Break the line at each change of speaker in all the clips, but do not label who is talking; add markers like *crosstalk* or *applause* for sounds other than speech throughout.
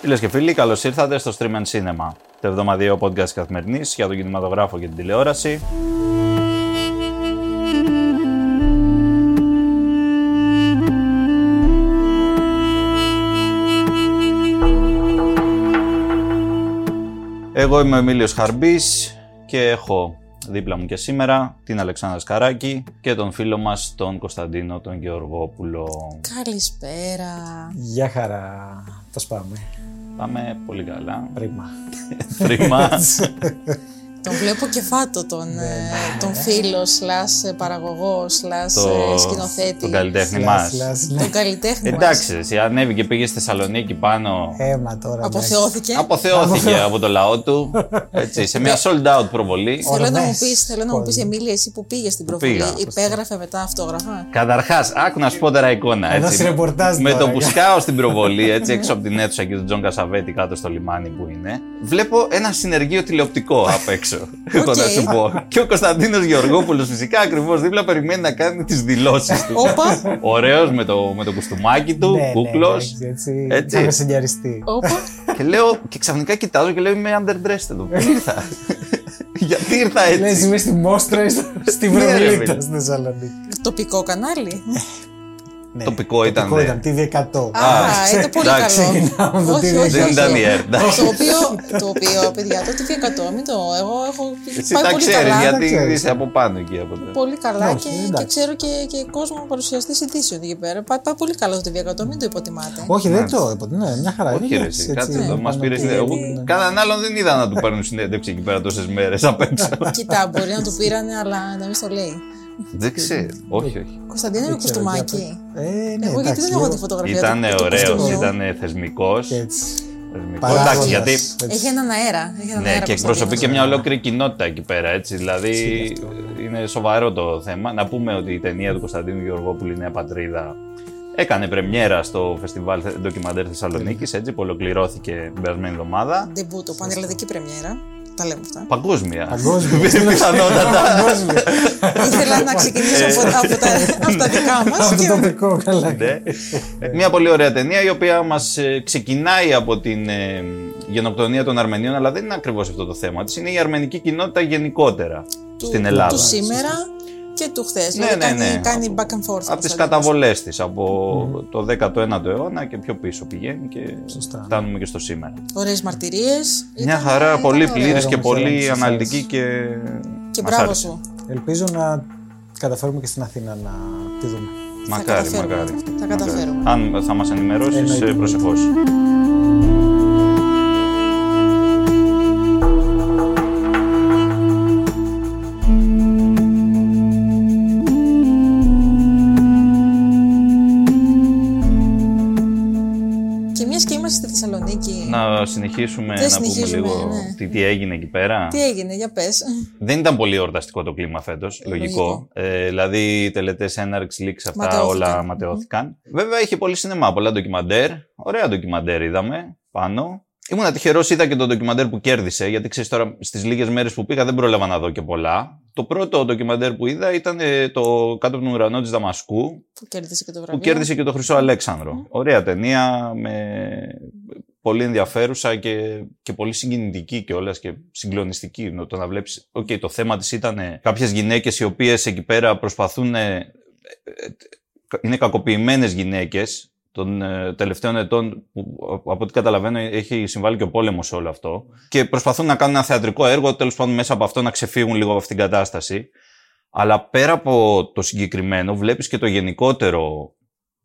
Φίλες και φίλοι, καλώς ήρθατε στο Stream and Cinema, το εβδομαδιαίο podcast καθημερινής για τον κινηματογράφο και την τηλεόραση. Εγώ είμαι ο Εμίλιος Χαρμπής και έχω δίπλα μου και σήμερα την Αλεξάνδρα Σκαράκη και τον φίλο μας τον Κωνσταντίνο τον Γεωργόπουλο.
Καλησπέρα.
Γεια χαρά. Τα σπάμε.
Πάμε πολύ καλά.
Πρίμα.
Πρίμα.
Τον βλέπω και φάτο
Ναι,
τον, ε, τον φίλο, σλάς ε, παραγωγό, σλάς
Το-
ε, σκηνοθέτη.
τον καλλιτέχνη
Λας,
μας.
λας, λας.
Τον καλλιτέχνη μας.
Εντάξει, εσύ ανέβηκε, πήγε στη Θεσσαλονίκη πάνω.
Έμα τώρα. εντάξει.
Αποθεώθηκε.
Αποθεώθηκε ναι, από το λαό του. Έτσι, σε μια sold out προβολή.
Θέλω να, μου
Ορμές.
πεις, θέλω να μου πεις, Εμίλια, εσύ που πήγες στην προβολή,
πήγα.
υπέγραφε μετά αυτόγραφα.
Καταρχάς, άκου να σου πω τώρα εικόνα.
Ένα
Έτσι,
ρεπορτάζ
με
τώρα,
το που
για-
σκάω στην προβολή, έτσι έξω από την αίθουσα και τον Τζον Κασαβέτη κάτω στο λιμάνι που είναι, βλέπω ένα συνεργείο τηλεοπτικό απ' έξω. Εγώ να
Οκ.
σου πω. Και ο Κωνσταντίνος Γεωργόπουλος φυσικά ακριβώς δίπλα περιμένει να κάνει τις δηλώσεις του.
Όπα,
Ωραίος με το, με το κουστούμάκι του,
Ναι, ναι,
κούκλος.
εντάξει, Έτσι.
Έτσι.
Θα με συγκιαριστεί.
όπα.
Και λέω, και ξαφνικά κοιτάζω και λέω είμαι underdressed εδώ.
Ναι.
Πού ήρθα. Γιατί ήρθα
Λε,
έτσι.
είμαι στη Μόστρα ή στο- στη
Ναι, ρε,
Βρολίτα
φίλε.
στη Θεσσαλονίκη.
Τοπικό κανάλι.
Ναι,
Τοπικό ήταν,
Τοπικό
ναι.
ήταν, TV100. ναι,
Α, ε, ήταν πολύ καλό.
εντάξει,
ξεκινάμε από το
Όχι,
TV100.
όχι,
Δεν
όχι.
ήταν η ΕΡΤ, εντάξει.
Το οποίο, το οποίο, παιδιά, το TV100, μην το, εγώ έχω
Εσύ
πάει
τα
πολύ
ξέρει,
καλά.
γιατί
ξέρεις.
είσαι από πάνω εκεί από το.
πολύ καλά
Όχι,
και, και
εντάξει.
ξέρω και, και κόσμο παρουσιαστή ειδήσεων εκεί πέρα. Πάει, πάει πολύ καλά στο TV100, μην το υποτιμάτε.
Όχι, δεν το είπα. Ναι, μια χαρά.
Όχι,
είναι,
ρε,
εντάξει,
εσύ, κάτσε
έτσι,
εδώ, ε, μα
πάνω
πήρε.
τι- ναι.
Κανέναν άλλον δεν είδα να του παίρνουν συνέντευξη εκεί πέρα τόσες μέρες απ' έξω.
Ναι.
Κοιτά, μπορεί να του πήρανε, αλλά να μην στο λέει.
Δεν ξέρω. Όχι, όχι.
Κωνσταντίνο με
Δεν ξέρω,
κουστούμάκι.
για πε- Ε, ναι,
Εγώ γιατί
εντάξει,
δεν έχω
λίγο
τη φωτογραφία
Ήταν
του- του
ωραίο,
κουστούμου.
ήταν θεσμικό.
και
*laughs*
έτσι.
Εντάξει,
Παράγοντας,
γιατί.
έτσι.
Έχει έναν αέρα. έχει έναν
Ναι,
αέρα
και
Κωνσταντίνος.
εκπροσωπεί και μια ολόκληρη κοινότητα εκεί πέρα, έτσι. Δηλαδή είναι σοβαρό το θέμα. Να πούμε ότι η ταινία του Κωνσταντίνου Γεωργόπουλου, η Νέα Πατρίδα, έκανε πρεμιέρα στο φεστιβάλ Θε- ντοκιμαντέρ Θεσσαλονίκης, έτσι, που ολοκληρώθηκε την περασμένη εβδομάδα.
Ντεμπούτο, πανελλαδική πρεμιέρα. Τα λέμε
*laughs*
αυτά.
Παγκόσμια.
Παγκόσμια.
*laughs*
*laughs*
Πιθανότατα.
Παγκόσμιο.
Ήθελα να ξεκινήσω από, από τα, από τα δικά μας.
Αυτό ναι. το τοπικό, καλά.
Ναι. Μια πολύ ωραία ταινία η οποία μας ξεκινάει από την ε, γενοκτονία των Αρμενίων, αλλά δεν είναι ακριβώς αυτό το θέμα της. Είναι η αρμενική κοινότητα γενικότερα στην Ελλάδα.
Του σήμερα και του χθες.
Ναι, ναι, ναι.
Κάνει back and forth.
από
όπως
τις
θα λέγαμε.
καταβολές της, απο το 19ο αιώνα και πιο πίσω πηγαίνει και
Σωστά.
φτάνουμε και στο σήμερα.
Ωραίες μαρτυρίες.
Μια χαρά, πολύ πλήρης
Χαίρομαι,
και
χαίρομαι που
πολύ
σας
αναλυτική
άρεσε.
και...
Και
μας
μπράβο
άρεσε.
σου.
Ελπίζω να καταφέρουμε και στην Αθήνα να τη δούμε.
Μακάρι,
καταφέρουμε.
μακάρι.
Θα
Μακάρι.
καταφέρουμε. Ναι.
Αν θα μας ενημερώσεις,
Εννοείται.
ε, προσεχώς.
Και μια και είμαστε στη Θεσσαλονίκη.
Να συνεχίσουμε
Τι
να
συνεχίζουμε,
πούμε λίγο
ναι.
τι, τι έγινε εκεί πέρα.
Τι έγινε, για πες.
Δεν ήταν πολύ εορταστικό το κλίμα φέτος. Λογικό.
λογικό.
Ε, δηλαδή, οι τελετές έναρξη, λήξη, αυτά
Ματαιώθηκαν.
όλα ματαιώθηκαν. Βέβαια, είχε πολύ σινεμά, πολλά ντοκιμαντέρ. Ωραία ντοκιμαντέρ είδαμε πάνω. Ήμουν τυχερός, είδα και το ντοκιμαντέρ που κέρδισε, γιατί ξέρεις τώρα, στις λίγες μέρες που πήγα δεν πρόλαβα να δω και πολλά. Το πρώτο ντοκιμαντέρ που είδα ήταν ε, το Κάτω από τον ουρανό της Δαμασκού,
που κέρδισε και το βραβείο.
που κέρδισε και το Χρυσό Αλέξανδρο. Ωραία ταινία με πολύ ενδιαφέρουσα και, και πολύ συγκινητική κιόλας και συγκλονιστική. Νο- Το να βλέπεις, οκ, το θέμα της ήταν κάποιες γυναίκες οι οποίες εκεί πέρα προσπαθούν, ε, ε, ε, είναι κακοποιημένες γυναίκες των ε, τελευταίων ετών, που α- από ό,τι καταλαβαίνω έχει συμβάλει και ο πόλεμος σε όλο αυτό, και προσπαθούν να κάνουν ένα θεατρικό έργο, τέλος πάντων μέσα από αυτό να ξεφύγουν λίγο από αυτήν την κατάσταση. Αλλά πέρα από το συγκεκριμένο, βλέπεις και το γενικότερο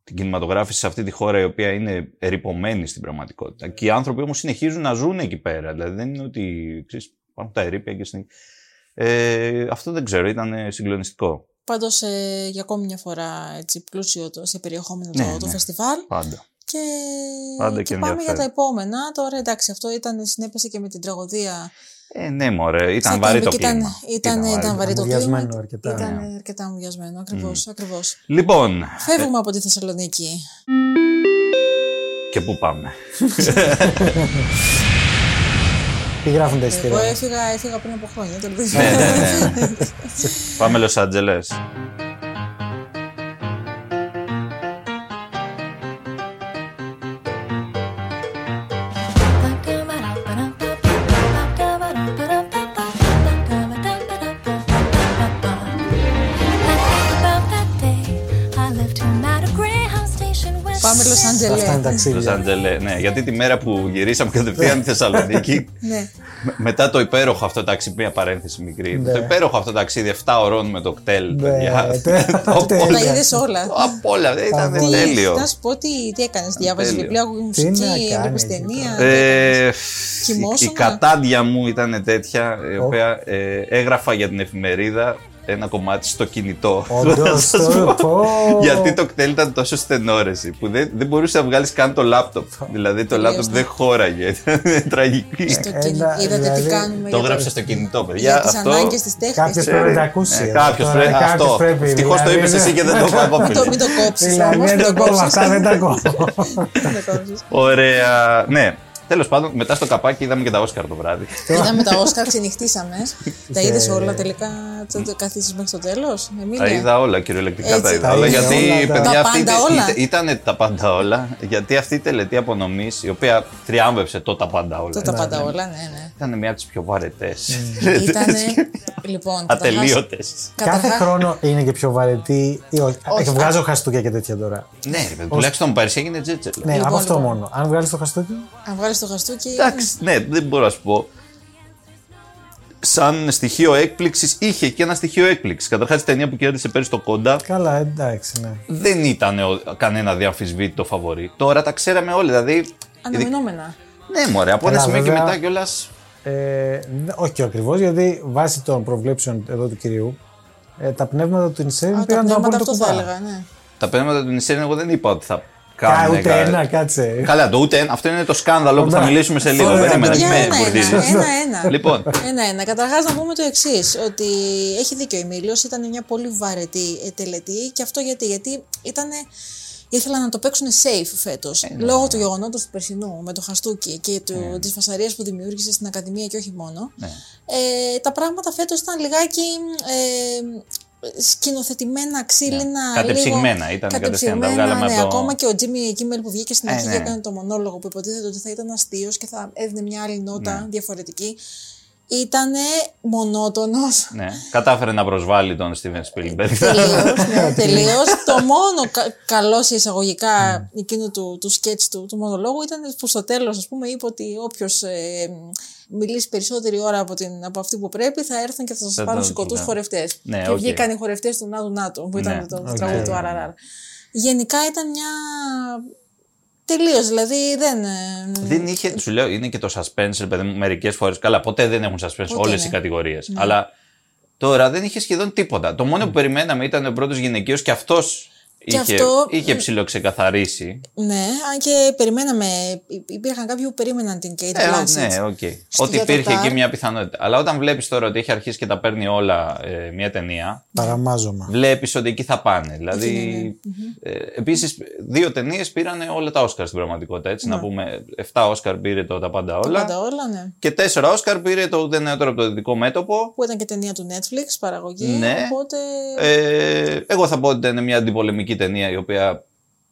την κινηματογράφηση σε αυτή τη χώρα η οποία είναι ερυπωμένη στην πραγματικότητα. Και οι άνθρωποι όμως συνεχίζουν να ζουν εκεί πέρα. Δηλαδή δεν είναι ότι ξέρεις, υπάρχουν τα ερήπια και συνεχίζουν. Ε, αυτό δεν ξέρω, ήταν ε, συγκλονιστικό.
Πάντως ε, για ακόμη μια φορά έτσι, πλούσιο το, σε περιεχόμενο
Ναι,
το, το
ναι.
φεστιβάλ.
Πάντα.
Και,
Πάντα και
και πάμε για
ενδιαφέρον.
τα επόμενα. Τώρα εντάξει, αυτό ήταν, συνέπεσε και με την τραγωδία.
Ε, ναι, μωρέ, ήταν
Σαν
βαρύ το
και
κλίμα.
ήταν- ήταν- ήταν βαρύ. το
Αμμουδιασμένο
κλίμα.
αρκετά.
ήταν
ναι.
αρκετά μουδιασμένο. Ακριβώς. Ακριβώς.
Λοιπόν,
Φεύγουμε από τη Θεσσαλονίκη.
και πού πάμε.
Τι γράφουν τα
Εγώ
εισιτήρια.
έφυγα, έφυγα πριν από χρόνια. το λέω.
ναι, ναι, ναι. πάμε Λος Άντζελες.
Άντζελε.
Αυτά είναι
Λος
ταξίδια.
Άντζελε, ναι, γιατί τη μέρα που γυρίσαμε κατευθείαν στη Θεσσαλονίκη,
Ναι.
με- μετά το υπέροχο αυτό ταξίδι, μια παρένθεση μικρή,
Ναι.
το υπέροχο αυτό ταξίδι 7 ωρών με το κτέλ,
Ναι,
παιδιά.
τε-
*laughs* Το-
τέλεια.
Τα είδες όλα.
Απ' όλα, ήταν
Τι-
τέλειο.
Θα σου πω τι, τι έκανες. Διάβαζες
τέλειο.
βιβλία, άκουγε
Τι να
μουσική,
κάνεις, λοιπόν.
έβλεπε
εκεί
ταινία.
τώρα.
τι έκανες.
Ε, η, η
Κοιμόσουνα.
κατάντια μου ήταν τέτοια, η
Ω.
οποία ε, έγραφα για την εφημερίδα ένα κομμάτι στο κινητό. *laughs* Να
Όντως,
σας
τώρα,
πω.
πω.
Γιατί το κτέλ ήταν τόσο στενόρεση που δεν, δεν μπορούσε να βγάλεις καν το λάπτοπ. Δηλαδή το λάπτοπ
Τελείωσε.
δεν χώραγε. *laughs*
Ναι.
Ήταν τραγική.
Το
Ένα,
κινητό. Είδατε τι
δηλαδή,
κάνουμε.
Το
για
έγραψε στο κινητό, παιδιά.
Για τις
αυτό...
ανάγκες της
Κάποιο
τέχνη.
Ξέρει.
πρέπει να τα ακούσει.
Ε, κάποιος
Τώρα,
πρέπει-
κάποιος
αυτό.
πρέπει,
Ευτυχώς το
δηλαδή,
είπες εσύ και δεν
*laughs*
το είπα εγώ,
Μην το, μην το κόψεις όμω.
Δηλαδή,
Μην το
δεν τα ακούω
κόψει.
αυτά, δεν τα
*laughs*
ακούω.
Ωραία. Ναι. Τέλος πάντων, μετά στο καπάκι είδαμε και τα Όσκαρ το βράδυ.
Είδαμε τα Όσκαρ, ξενυχτήσαμε. τα είδες
Ε,
όλα τελικά. Θα καθίσεις μέχρι το τέλος.
τα είδα όλα, κυριολεκτικά
Έτσι.
τα είδα
Τα
όλα.
είδα
Γιατί
όλα,
η
τα-
παιδιά
Τα
αυτή
πάντα
ήταν-
όλα.
ήταν- ήταν τα πάντα όλα. Γιατί αυτή η τελετή απονομής, η οποία τριάμβευσε το τα πάντα όλα.
Το τα πάντα όλα, ναι,
*laughs*
ναι.
Ήταν μια από τις πιο βαρετές.
Mm.
*laughs*
Ήτανε. Λοιπόν, καταρχάς-
Ατελείωτες.
Κάθε
καταρχάς-
χρόνο είναι και πιο βαρετή. ή όχι.
Όχι.
Ε, Βγάζω χαστούκια και τέτοια τώρα.
Ναι, ρε παιδί, τουλάχιστον πέρσι έγινε τζέτσελο.
Ναι, από
Λοιπόν,
αυτό
λοιπόν.
μόνο. Αν βγάλεις το χαστούκι.
Αν βγάλεις το χαστούκι.
Εντάξει, ναι, δεν μπορώ να σου πω. Σαν στοιχείο έκπληξης, είχε και ένα στοιχείο έκπληξης. Καταρχάς, η ταινία που κέρδισε πέρσι το Κόντα
Καλά, εντάξει, ναι.
δεν ήταν ο- κανένα διαμφισβήτητο φαβορή. Τώρα τα ξέραμε όλοι. Δηλαδή.
Αναμενόμενα.
Ναι, μωρέ, από ένα
Καλά,
σημείο και
βέβαια.
μετά κιόλας.
Ε, ναι, όχι και ακριβώς, γιατί βάσει των προβλέψεων εδώ του κυρίου, ε, τα πνεύματα του
Α,
Ινσέρι
Τα
πήραν το
πνεύματα
απόλυτο
αυτός θα
κουπά.
έλεγα, ναι.
Τα πέραματα του Νησέρι, εγώ δεν είπα ότι θα
Κα,
κάνουν.
ούτε ένα, κάτσε.
Καλά, το ούτε ένα. Αυτό είναι το σκάνδαλο που θα
Ωραία.
μιλήσουμε σε λίγο.
Ωραία,
Περίμενα,
παιδιά,
μη με
ένα,
εμποδίζεις.
ένα, ένα, ένα.
*laughs* Λοιπόν,
Ένα-ένα. Καταρχάς να πούμε το εξής: Ότι έχει δίκιο η Μίλιο, ήταν μια πολύ βαρετή ε, τελετή και αυτό γιατί, γιατί ήταν. Ήθελαν να το παίξουν safe φέτος.
Ε, ναι.
Λόγω του γεγονότος του περσινού με το χαστούκι και του, της φασαρίας που δημιούργησε στην Ακαδημία και όχι μόνο.
Ναι.
Ε, τα πράγματα φέτος ήταν λιγάκι ε, σκηνοθετημένα, ξύλινα. λίγο-
Ναι. Κατεψυγμένα ήταν κατευθείαν, τα βγάλαμε
ναι,
από το-
Ακόμα και ο Τζίμι Κίμελ που βγήκε στην
Ε,
αρχή
ναι.
και έκανε το μονόλογο που υποτίθεται ότι θα ήταν αστείος και θα έδινε μια άλλη
Ναι.
νότα διαφορετική. Ήτανε μονότονος.
ναι. Κατάφερε να προσβάλλει τον Στίβεν Σπίλμπεργκ.
Τελείως, ναι, τελείως. το μόνο κα- καλό σε εισαγωγικά εκείνο του, του σκέτς του, του μονολόγου ήταν που στο τέλος ας πούμε είπε ότι όποιος ε, μ, μιλήσει περισσότερη ώρα από, την, από αυτή που πρέπει θα έρθουν και θα σας
Θα
πάρουν
τον-
σηκωτούς
ναι.
χορευτές.
Ναι,
και
οκ.
βγήκαν οι χορευτές του Νάτου Νάτου που ήταν
Ναι,
το
οκ.
τραγούδι του RRR. Γενικά ήταν μια... Τελείως, δηλαδή δεν... ε,
Δεν είχε, σου λέω, είναι και το suspense, ρε παιδί μου, μερικές φορές. Καλά, ποτέ ναι. δεν έχουν suspense όλε
είναι.
οι κατηγορίε. Αλλά τώρα δεν είχε σχεδόν τίποτα. Το μόνο που περιμέναμε ήταν ο πρώτος γυναικείος και ναι. αυτό είχε,
αυτό-
είχε ψηλοξεκαθαρίσει.
Ναι, αν και περιμέναμε, υ- υπήρχαν κάποιοι που περίμεναν την Kate
Ε,
Blanchett.
ναι, οκ.
Στο
Ότι υπήρχε
Avatar.
εκεί μια πιθανότητα. Αλλά όταν βλέπεις τώρα ότι έχει αρχίσει και τα παίρνει όλα ε, μια ταινία,
Παραμάζωμα.
βλέπεις ότι εκεί θα πάνε. Δηλαδή. Επίσης, δύο ταινίες πήραν όλα τα Όσκαρ στην πραγματικότητα. Έτσι, να πούμε, 7 Όσκαρ πήρε το Ναι. Τα Πάντα Όλα.
Πάντα όλα, ναι.
Και 4 Όσκαρ πήρε το Ούτε Νεότερο από το Δυτικό Μέτωπο.
Που ήταν και ταινία του Netflix, παραγωγή.
Ναι.
Οπότε.
Ε, εγώ θα πω ότι ήταν μια αντιπολεμική ταινία η οποία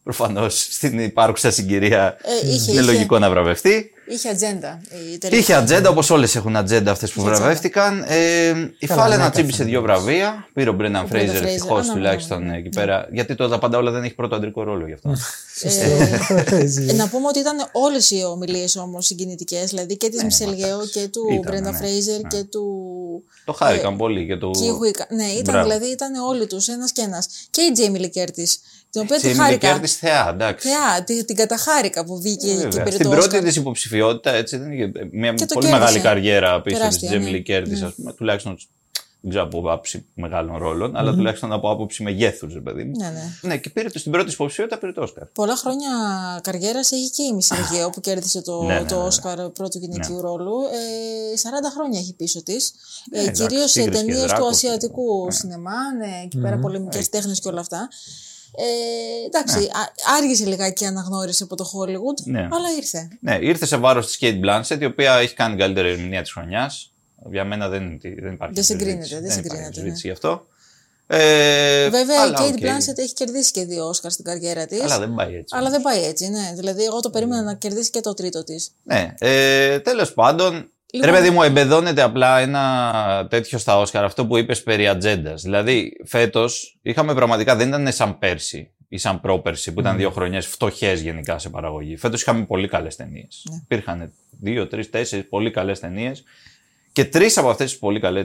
προφανώς στην υπάρχουσα συγκυρία
Ε, είχε-
είναι
είχε.
λογικό να βραβευτεί.
Είχε ατζέντα η τελευταία.
Είχε ατζέντα, όπως όλες έχουν ατζέντα αυτές που
Είχε ατζέντα.
βραβεύτηκαν. Ε, η
Καλά,
Φάλενα
ναι,
τσίμπησε δύο βραβεία. Πήρε ο Μπρέναν
Brendan
Φρέιζερ,
Fraser,
ευτυχώ
αναμενόμενο,
τουλάχιστον ε,
ναι.
εκεί πέρα. Γιατί το Τα Πάντα Όλα δεν έχει πρώτο αντρικό ρόλο γι' αυτό.
Ε, να πούμε ότι ήταν όλε οι ομιλίε όμω συγκινητικέ. Δηλαδή και τη Μισελ Γεώ και του
Ήταν,
Μπρέντα
ναι,
Φρέιζερ και του.
το
Ε,
χάρηκαν πολύ και το.
Κίχουικα. Ναι, ήταν
Μπράβο.
δηλαδή ήταν όλοι του, ένα και ένα. Και η Τζέιμι Λικέρτη, την οποία τη
Τζέιμι
χάρηκα.
Λικέρτη θεά, εντάξει.
Θεά, τη- την καταχάρηκα που βγήκε
Ε, Βέβαια.
και πήρε
Στην
το
πρώτη
Όσκαρ.
της υποψηφιότητα, έτσι, δεν είχε μια
Και το
πολύ
κέρδισε.
μεγάλη καριέρα πίσω της
Τεράστια,
Τζέμι
ναι.
Λι Κέρτη, ας πούμε, τουλάχιστον. Δεν ξέρω από άψη μεγάλων ρόλων, αλλά τουλάχιστον από άποψη μεγέθους, ρε παιδί μου.
Ναι, ναι.
Ναι, και πήρε το στην πρώτη της υποψηφιότητα, πήρε το Όσκαρ.
Πολλά χρόνια καριέρας έχει και η Μισελγέο που κέρδισε το,
Ναι, ναι,
το
ναι, ναι.
Όσκαρ πρώτου γυναικείου ρόλου. Ε, 40 χρόνια έχει πίσω της. Ε,
εντάξει,
Κυρίως σε
Τίγρης και
ταινίες του
Δράκος,
ασιατικού σινεμά, ναι, εκεί πέρα πολεμικές τέχνες και όλα αυτά. Ε, εντάξει, α- άργησε λιγάκι η αναγνώριση από το Hollywood,
Ναι.
αλλά ήρθε.
Ναι, ήρθε σε βάρος της Kate Blanchett, η οποία έχει κάνει την καλύτερη ερμηνεία της χρονιάς. Για μένα δεν, είναι- δεν υπάρχει.
Δεν συγκρίνεται,
συζήτηση.
δεν
υπάρχει
συγκρίνεται, ναι.
συζήτηση γι' αυτό. Ε,
Βέβαια, η
αλλά,
Kate
οκ.
Blanchett έχει κερδίσει και δύο Όσκαρ στην καριέρα της.
Αλλά δεν πάει έτσι.
Αλλά δεν πάει έτσι, ναι. Δηλαδή, εγώ το περίμενα να κερδίσει και το τρίτο της.
Ναι. Ε, Τέλος πάντων.
Λοιπόν-
Ρε παιδί μου, εμπεδώνεται απλά ένα τέτοιο στα Όσκαρ, αυτό που είπες περί ατζέντας. Δηλαδή, φέτος είχαμε πραγματικά, δεν ήταν σαν πέρσι. ή σαν πρόπερση, που ήταν
Ναι.
δύο χρονιές φτωχές γενικά σε παραγωγή. Φέτος είχαμε πολύ καλές ταινίες.
Ναι.
Υπήρχαν δύο, τρεις, τέσσερις πολύ καλές ταινίες. Και τρεις από αυτές τις πολύ καλέ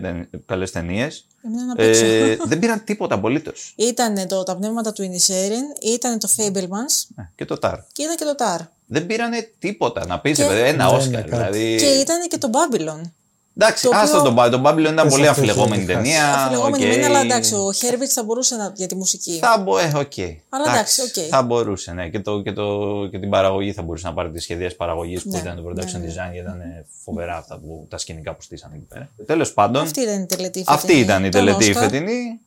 ταινίε
Έμεινα να παίξω. *laughs*
ε, δεν πήραν τίποτα απολύτως.
Ήταν το Τα πνεύματα του Ινισέριν, ήταν το Fablemans
Ε, Και το Τάρ.
και ήταν και το Tar.
Δεν πήρανε τίποτα να πεις,
Και-
ένα
Ναι,
Όσκαρ.
ναι, κάτι.
Δηλαδή...
Και ήταν και το Babylon.
Εντάξει,
το
άστο
οποίο-
τον Babylon. Ήταν
Πες
πολύ
αυτό,
αφιλεγόμενη
έχει χάσει.
ταινία.
Αφιλεγόμενη
οκ.
μένα, αλλά εντάξει, ο Χέρβιτ θα μπορούσε να για τη μουσική.
Θα μπο, ε, okay.
Αλλά εντάξει, οκ.
Θα μπορούσε, ναι. Και, το, και, το, και την παραγωγή θα μπορούσε να πάρει τις σχεδίε παραγωγής που
Ναι,
ήταν το
ναι,
production
ναι.
design, γιατί ήταν ε, φοβερά αυτά που, τα σκηνικά που στήσανε εκεί πέρα. Τέλος πάντων, αυτή,
Αυτή ήταν
ήταν η
η τελετή φετινή. τον
τελετή
Όσκαρ.
φετινή.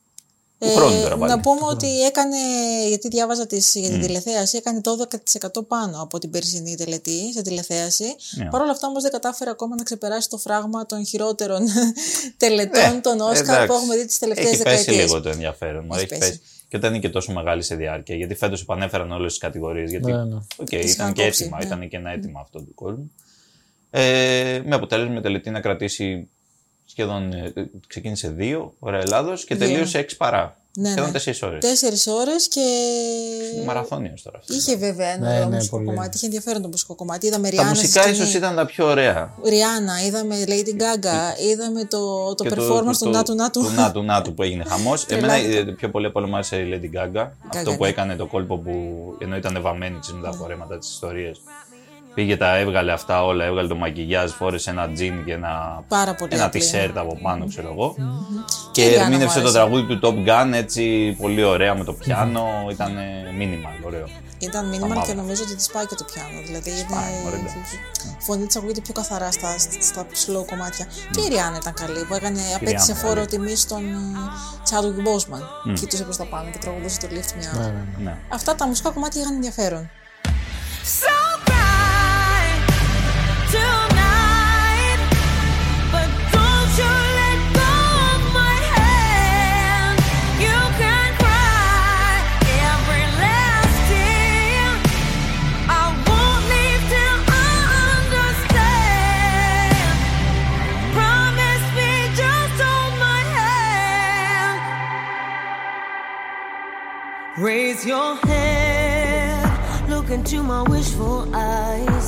Του χρόνου τώρα πάλι.
Ε, να πούμε ότι έκανε, γιατί διάβαζα τις, για την τηλεθέαση, έκανε το 12% πάνω από την περσινή τελετή σε τηλεθέαση.
Ναι.
Παρ' όλα αυτά όμως δεν κατάφερε ακόμα να ξεπεράσει το φράγμα των χειρότερων *laughs* τελετών,
Ναι,
των Όσκαρ
εντάξει.
που έχουμε δει τις τελευταίες
Έχει πέσει
δεκαετίες.
λίγο το ενδιαφέρον μου.
Έχει
Έχει,
πέσει.
πέσει. Και δεν είναι και τόσο μεγάλη σε διάρκεια. Γιατί φέτος επανέφεραν όλες τις κατηγορίες.
Ε,
Γιατί
Ναι, ναι.
οκ, ήταν
Τις είχαν
και
κόψει,
έτοιμα.
ναι.
Ήταν και ένα έτοιμα αυτό του κόσμου. Ε, με αποτέλεσμα η τελετή να κρατήσει σχεδόν. ε, ε, ξεκίνησε 2 ώρα Ελλάδος και
Δύο.
τελείωσε 6 παρά.
Ναι,
σχεδόν
ναι.
4 ώρες.
Τέσσερις ώρες και...
Μαραθώνιο τώρα αυτό.
Είχε βέβαια ένα
Ναι,
ωραίο
ναι,
μουσικό
πολύ.
κομμάτι, είχε ενδιαφέρον το μουσικό κομμάτι. Είδαμε
Τα
Ριάννα στη
μουσικά
σκηνή.
ίσως ήταν τα πιο ωραία.
Ριάννα, είδαμε Lady Gaga, είδαμε το, το
Και
performance του Νάτου Νάτου.
Του Νάτου Νάτου που έγινε χαμός. Εμένα
Τρελάθηκα.
ε, πιο πολύ από όλα μου άρεσε η Lady Gaga. Αυτό που
ναι.
έκανε το κόλπο που ενώ ήταν βαμμένη τη μεταφορέματα της ιστορίας. Πήγε τα έβγαλε αυτά όλα, έβγαλε το μακιγιάζ, φόρεσε ένα τζιν και ένα,
*laughs* Πάρα πολύ
ένα
απλή.
t-shirt από πάνω, ξέρω εγώ. Και
Και η Γκάνα
ερμήνευσε
μου
το
άρεσε.
τραγούδι του Top Gun έτσι πολύ ωραία με το πιάνο. Ήταν μήνυμα, ωραίο.
Ήταν μήνυμα
μαύρα.
και νομίζω ότι της πάει και το πιάνο. Δηλαδή είναι...
ωραία, εντάξει.
η φωνή της ακούγεται πιο καθαρά στα, στα slow κομμάτια. Και η Ριάννα ήταν καλή που έκανε, απέτησε
Ριάννα,
φόρο τιμή στον Τσάντουγκ Μπόσμαν. Κοιτούσε προς τα πάνω και τραγουδούσε το Lift Me Up.
Ναι, ναι, ναι.
Ναι.
Αυτά τα μουσικά κομμάτια είχαν ενδιαφέρον.
So bright tonight, but don't you let go of my hand. You can cry every last tear. I won't leave till I understand. Promise me, just hold my hand. Raise your head, look into my wishful eyes.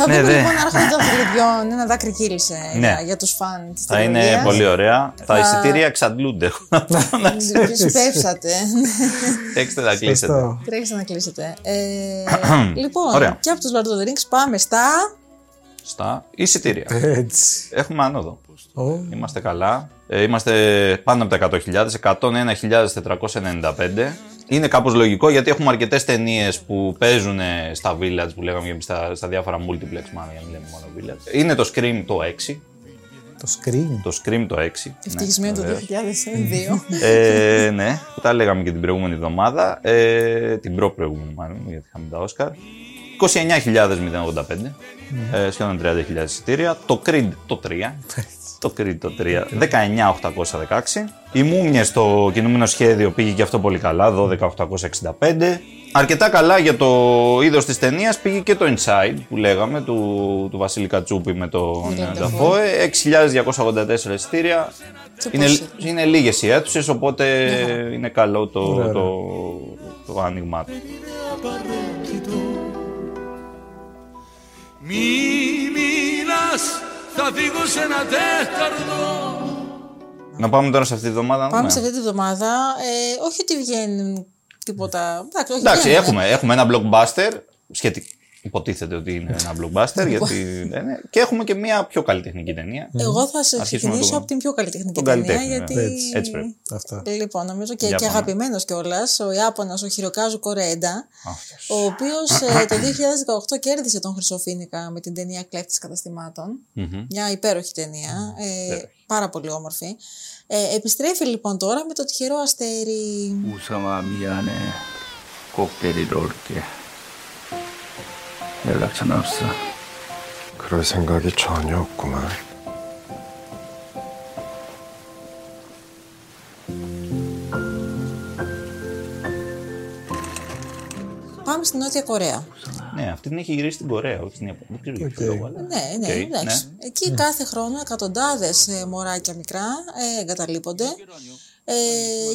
Θα
Ναι,
δούμε
δε.
λοιπόν άρχοντα δαχτυλιδιών. Ένα δάκρυ κύλησε
Ναι.
για- για τους φαν της
Θα είναι
τηλεορίας.
πολύ ωραία. Τα εισιτήρια εξαντλούνται. *laughs* έχω να πω.
Τους Πέψατε.
Έξτε να κλείσετε.
Τρέχετε να κλείσετε. Ε, λοιπόν,
Ωραία. Ναι,
και από τους Lord of the Rings πάμε στα...
Στα εισιτήρια.
Έτσι.
Έχουμε άνοδο.
Ω.
Είμαστε καλά. Ε, είμαστε πάνω από τα 100.000, 101.495. Είναι κάπως λογικό γιατί έχουμε αρκετές ταινίες που παίζουν ε, στα Village που λέγαμε και εμείς, στα, στα διάφορα multiplex μάλλον για να μην λέμε μόνο Village. Είναι το Scream το 6.
Το screen.
Το Scream το 6.
Ευτυχισμένο το 2002.
ε, ναι, που τα λέγαμε και την προηγούμενη εβδομάδα. Ε, την προ-προηγούμενη μάλλον, γιατί είχαμε τα Όσκαρ. 29.085, ε, σχεδόν 30.000 εισιτήρια. Το Creed το 3. το Creed το 3, 19.816. Η Μούμια στο κινούμενο σχέδιο πήγε και αυτό πολύ καλά, 12.865. Αρκετά καλά για το είδος της ταινίας πήγε και το Inside που λέγαμε του, του Βασίλη Κατσούπη με τον
τον
Νταφόε. 6.284 εισιτήρια.
Και
Είναι,
πόσοι.
είναι λίγες οι αίθουσες, οπότε
Ναι.
είναι καλό το,
Ωραία,
το,
ωραία.
το, άνοιγμά του.
απαραίτητο. Μη μιλάς, θα φύγω σε ένα τέταρτο
Να πάμε τώρα σε αυτή τη βδομάδα. ναι. να
Πάμε
δούμε.
σε αυτή τη βδομάδα. Ε, όχι ότι βγαίνουν τίποτα. Εντάξει, όχι
Εντάξει,
βγαίνουν.
έχουμε, έχουμε ένα blockbuster. Σχετικά. Υποτίθεται ότι είναι ένα blockbuster,
*laughs*
γιατί λένε. Και έχουμε και μια πιο καλλιτεχνική ταινία.
Εγώ θα σε
Αρχίσουμε
ξεκινήσω
το-
από την πιο καλλιτεχνική
τον
ταινία,
καλλιτέχνη,
γιατί...
ναι. Έτσι, έτσι πρέπει.
Αυτά.
Λοιπόν, νομίζω και,
Για
και
πάμε.
αγαπημένος κιόλας, ο Ιάπωνας, ο Χιροκάζου Κορέντα,
Αυτός.
ο οποίος το
*coughs*
2018 κέρδισε τον Χρυσοφίνικα με την ταινία Κλέφτης καταστημάτων.
Μμμ.
Μια υπέροχη ταινία. ε,
Υπέροχη.
πάρα πολύ όμορφη. Ε, επιστρέφει λοιπόν τώρα με το τυχερό αστέρι.
우사마 미안해 꼭데리러 올게 연락처는 없어
그럴 생각이 전혀 없구만.
Πάμε στην Νότια Κορέα.
Ναι, αυτή την έχει γυρίσει στην Κορέα, όχι στην Ιαπωνία. Δεν ξέρω για ποιο λόγο, αλλά.
Ναι, ναι,
Οκ,
εντάξει.
ναι.
Εκεί κάθε χρόνο εκατοντάδες μωράκια μικρά ε, εγκαταλείπονται. Ε,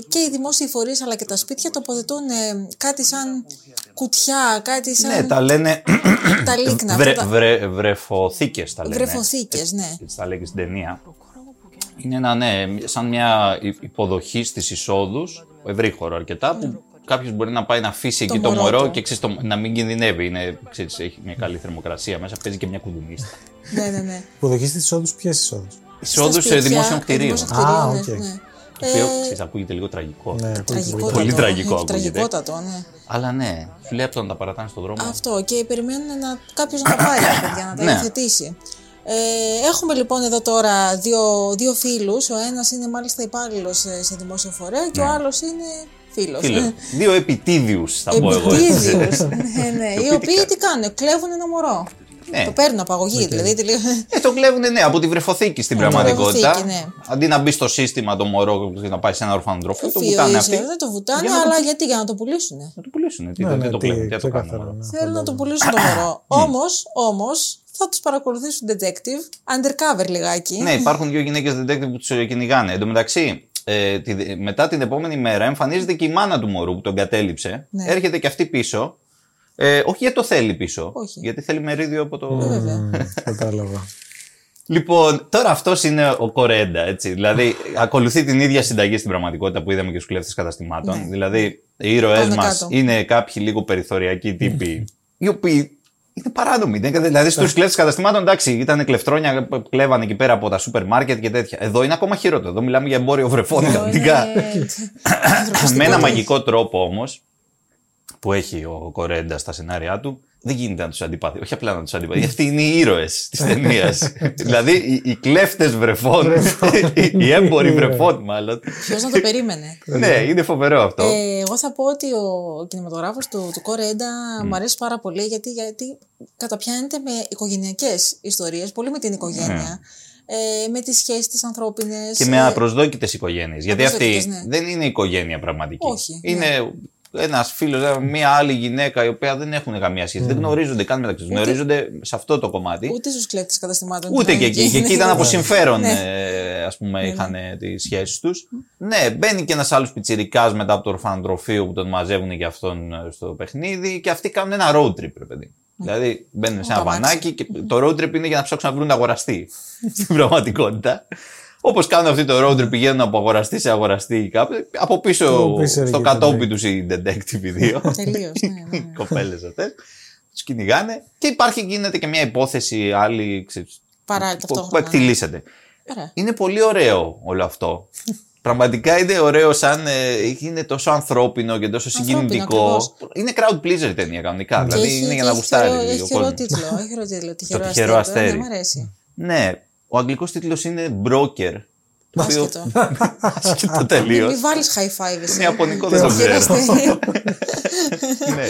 και οι δημόσιοι φορείς αλλά και τα σπίτια τοποθετούν ε, κάτι σαν κουτιά, κάτι σαν
Ναι, τα λένε.
τα λίκνα.
βρε,
αυτά τα-
βρε, βρεφοθήκες τα λένε.
Βρεφοθήκες, ναι.
Έτσι τα λέει και στην ταινία. Είναι ένα, ναι, σαν μια υ- υποδοχή στις εισόδους, ευρύχωρο αρκετά, που κάποιος μπορεί να πάει να αφήσει εκεί το
μωρό
μωρό
του.
και ξέρεις, το- να μην κινδυνεύει. Είναι, ξέρεις, έχει μια καλή θερμοκρασία μέσα, παίζει και μια κουδουνίστα.
ναι, ναι, ναι.
Υποδοχή στις εισόδους, ποιες εισόδους.
Εισόδους
Στα σπίτια,
ε, δημόσιων κτηρίων.
δημόσιων
Το
Α,
κτηρίων,
οκ.
ναι, ναι.
οποίο ξέρεις, ακούγεται λίγο τραγικό.
ναι.
Τραγικότατο.
Πολύ τραγικό
Ε,
ακούγεται.
Τραγικότατο, ναι.
Αλλά ναι, σου λέει από το να τα παρατάνε στον δρόμο.
Αυτό και περιμένουν να, κάποιος να τα πάρει τα παιδιά, να τα
Ναι.
υιοθετήσει. Ε, έχουμε λοιπόν εδώ τώρα δύο, δύο φίλους, ο ένας είναι μάλιστα υπάλληλος σε, σε δημόσιο φορέα
Ναι.
και ο άλλος είναι φίλος.
Τι λέω, Δύο επιτίδιους θα πω εγώ. *laughs*
Ε. Επιτίδιους, ναι, ναι, οι
ποιοι τι
οποίοι τι κάνουν, κλέβουν ένα μωρό.
Ναι.
Το παίρνουν απαγωγή, δηλαδή τελείω-
Ε, το κλέβουνε, ναι, από τη βρεφοθήκη στην πραγματικότητα.
βρεφοθήκη, ναι.
Αντί να μπει στο σύστημα το μωρό και να πάει σε ένα ορφανοτροφείο, το
Φύο,
βουτάνε
ίσως,
αυτοί.
Δεν το βουτάνε,
Για να το-
αλλά γιατί, για να το πουλήσουν.
Να το πουλήσουν. Τι,
Ναι,
δεν
ναι,
το
τι,
κλέβουν, τι να το
ξεκάθαρα,
κάνουν. μωρό.
ναι.
Θέλουν να το πουλήσουν το μωρό. Όμως, όμως, θα τους παρακολουθήσουν detective, undercover λιγάκι.
Ναι, υπάρχουν δύο γυναίκες detective που τους κυνηγάνε. Εν τω μεταξύ, ε, τη, μετά την επόμενη μέρα εμφανίζεται και η μάνα του μωρού που τον κατέληψε.
Ναι.
Έρχεται και αυτή πίσω. Ε, όχι γιατί το θέλει πίσω.
Όχι.
Γιατί θέλει μερίδιο από το.
Ε, βέβαια.
Μμμ, ναι.
*laughs*
Κατάλαβα.
Λοιπόν, τώρα αυτός είναι ο Κορέντα, έτσι. Δηλαδή, ακολουθεί την ίδια συνταγή στην πραγματικότητα που είδαμε και στους κλέφτες καταστημάτων.
Ναι.
Δηλαδή, οι ήρωές
Πάμε
μας
κάτω. Ναι.
είναι κάποιοι λίγο περιθωριακοί τύποι, οι οποίοι είναι παράνομοι. Δεν- Δηλαδή, στους
Ναι.
κλέφτες καταστημάτων, εντάξει, ήταν κλεφτρόνια, που κλέβανε εκεί πέρα από τα σούπερ μάρκετ και τέτοια. Εδώ είναι ακόμα χειρότερο. Εδώ μιλάμε για εμπόριο βρεφών κανονικά. Με ένα μαγικό τρόπο όμως, που έχει ο Κορέντα στα σενάρια του, δεν γίνεται να τους αντιπαθεί. Όχι απλά να τους αντιπαθεί. Αυτοί είναι οι ήρωες της
Ναι.
ταινίας. δηλαδή οι, οι κλέφτες βρεφών, οι, *laughs* οι έμποροι βρεφών μάλλον.
Ποιος να το περίμενε.
ναι, είναι φοβερό αυτό.
Ε, εγώ θα πω ότι ο κινηματογράφος του, του Κορέντα μου αρέσει πάρα πολύ γιατί, γιατί καταπιάνεται με οικογενειακές ιστορίες, πολύ με την οικογένεια, ε, με τις σχέσεις τις ανθρώπινες.
Ναι. και με απροσδόκητες οικογένειες. Γιατί αυτή
απροσδόκητες, ναι.
δεν είναι οικογένεια πραγματική.
Όχι, ναι.
Είναι ένας φίλος, μία άλλη γυναίκα η οποία δεν έχουν καμία σχέση. Δεν γνωρίζονται καν μεταξύ τους. Γνωρίζονται σε αυτό το κομμάτι.
Mm. Ούτε στους κλέφτες καταστημάτων.
Ούτε
ήταν
και εκεί. Και εκεί ήταν από συμφέρον,
Ναι.
ε, ας πούμε, είχαν τις σχέσεις τους. Ναι, μπαίνει και ένας άλλος πιτσιρικάς μετά από το ορφανοτροφείο που τον μαζεύουν για αυτόν ε, στο παιχνίδι και αυτοί κάνουν ένα road trip, ρε παιδί. Δηλαδή μπαίνουν σε ένα
Ναι. Το Ναι. αμάξι.
βανάκι και το road trip είναι για να ψάξουν να βρουν
*laughs*
αγοραστή στην πραγματικότητα. Όπως κάνουν αυτοί το road trip, πηγαίνουν από αγοραστή σε αγοραστή ή κάπου. Από πίσω,
Το πίσω
στο
έρχεται,
κατόπι
ναι.
τους οι detective 2
Τελείως.
*laughs*
Ναι, ναι.
οι κοπέλες αυτές. Τους κυνηγάνε και υπάρχει, γίνεται και μια υπόθεση άλλη ξέρεις,
Παράλληλα
που, που
ταυτόχρονα.
εκτιλήσεται.
Ωραία.
Είναι πολύ ωραίο όλο αυτό. Πραγματικά είναι ωραίο σαν. ε, είναι τόσο ανθρώπινο και τόσο
Ανθρώπινο,
συγκινητικό.
ακριβώς.
Είναι crowd pleaser η ταινία κανονικά.
Και
δηλαδή
έχει-
είναι για
και
να
έχει
γουστάρει
χειρό- Έχει
ο
χειρό
κόσμος.
τίτλο. Έχει χειρό τίτλο. Τυχερό
τυχερό
αστέρι.
αστέρι.
Ναι, μ' αρέσει.
Ναι, ο αγγλικός τίτλος είναι Broker. Το οποίο.
Άσχετο.
Άσχετο
ναι. Μην
τελείως.
μη βάλεις high five. εσύ.
Είναι ιαπωνικό, δεν το
Τυχερό
ξέρω.
αστέρι.
Ναι.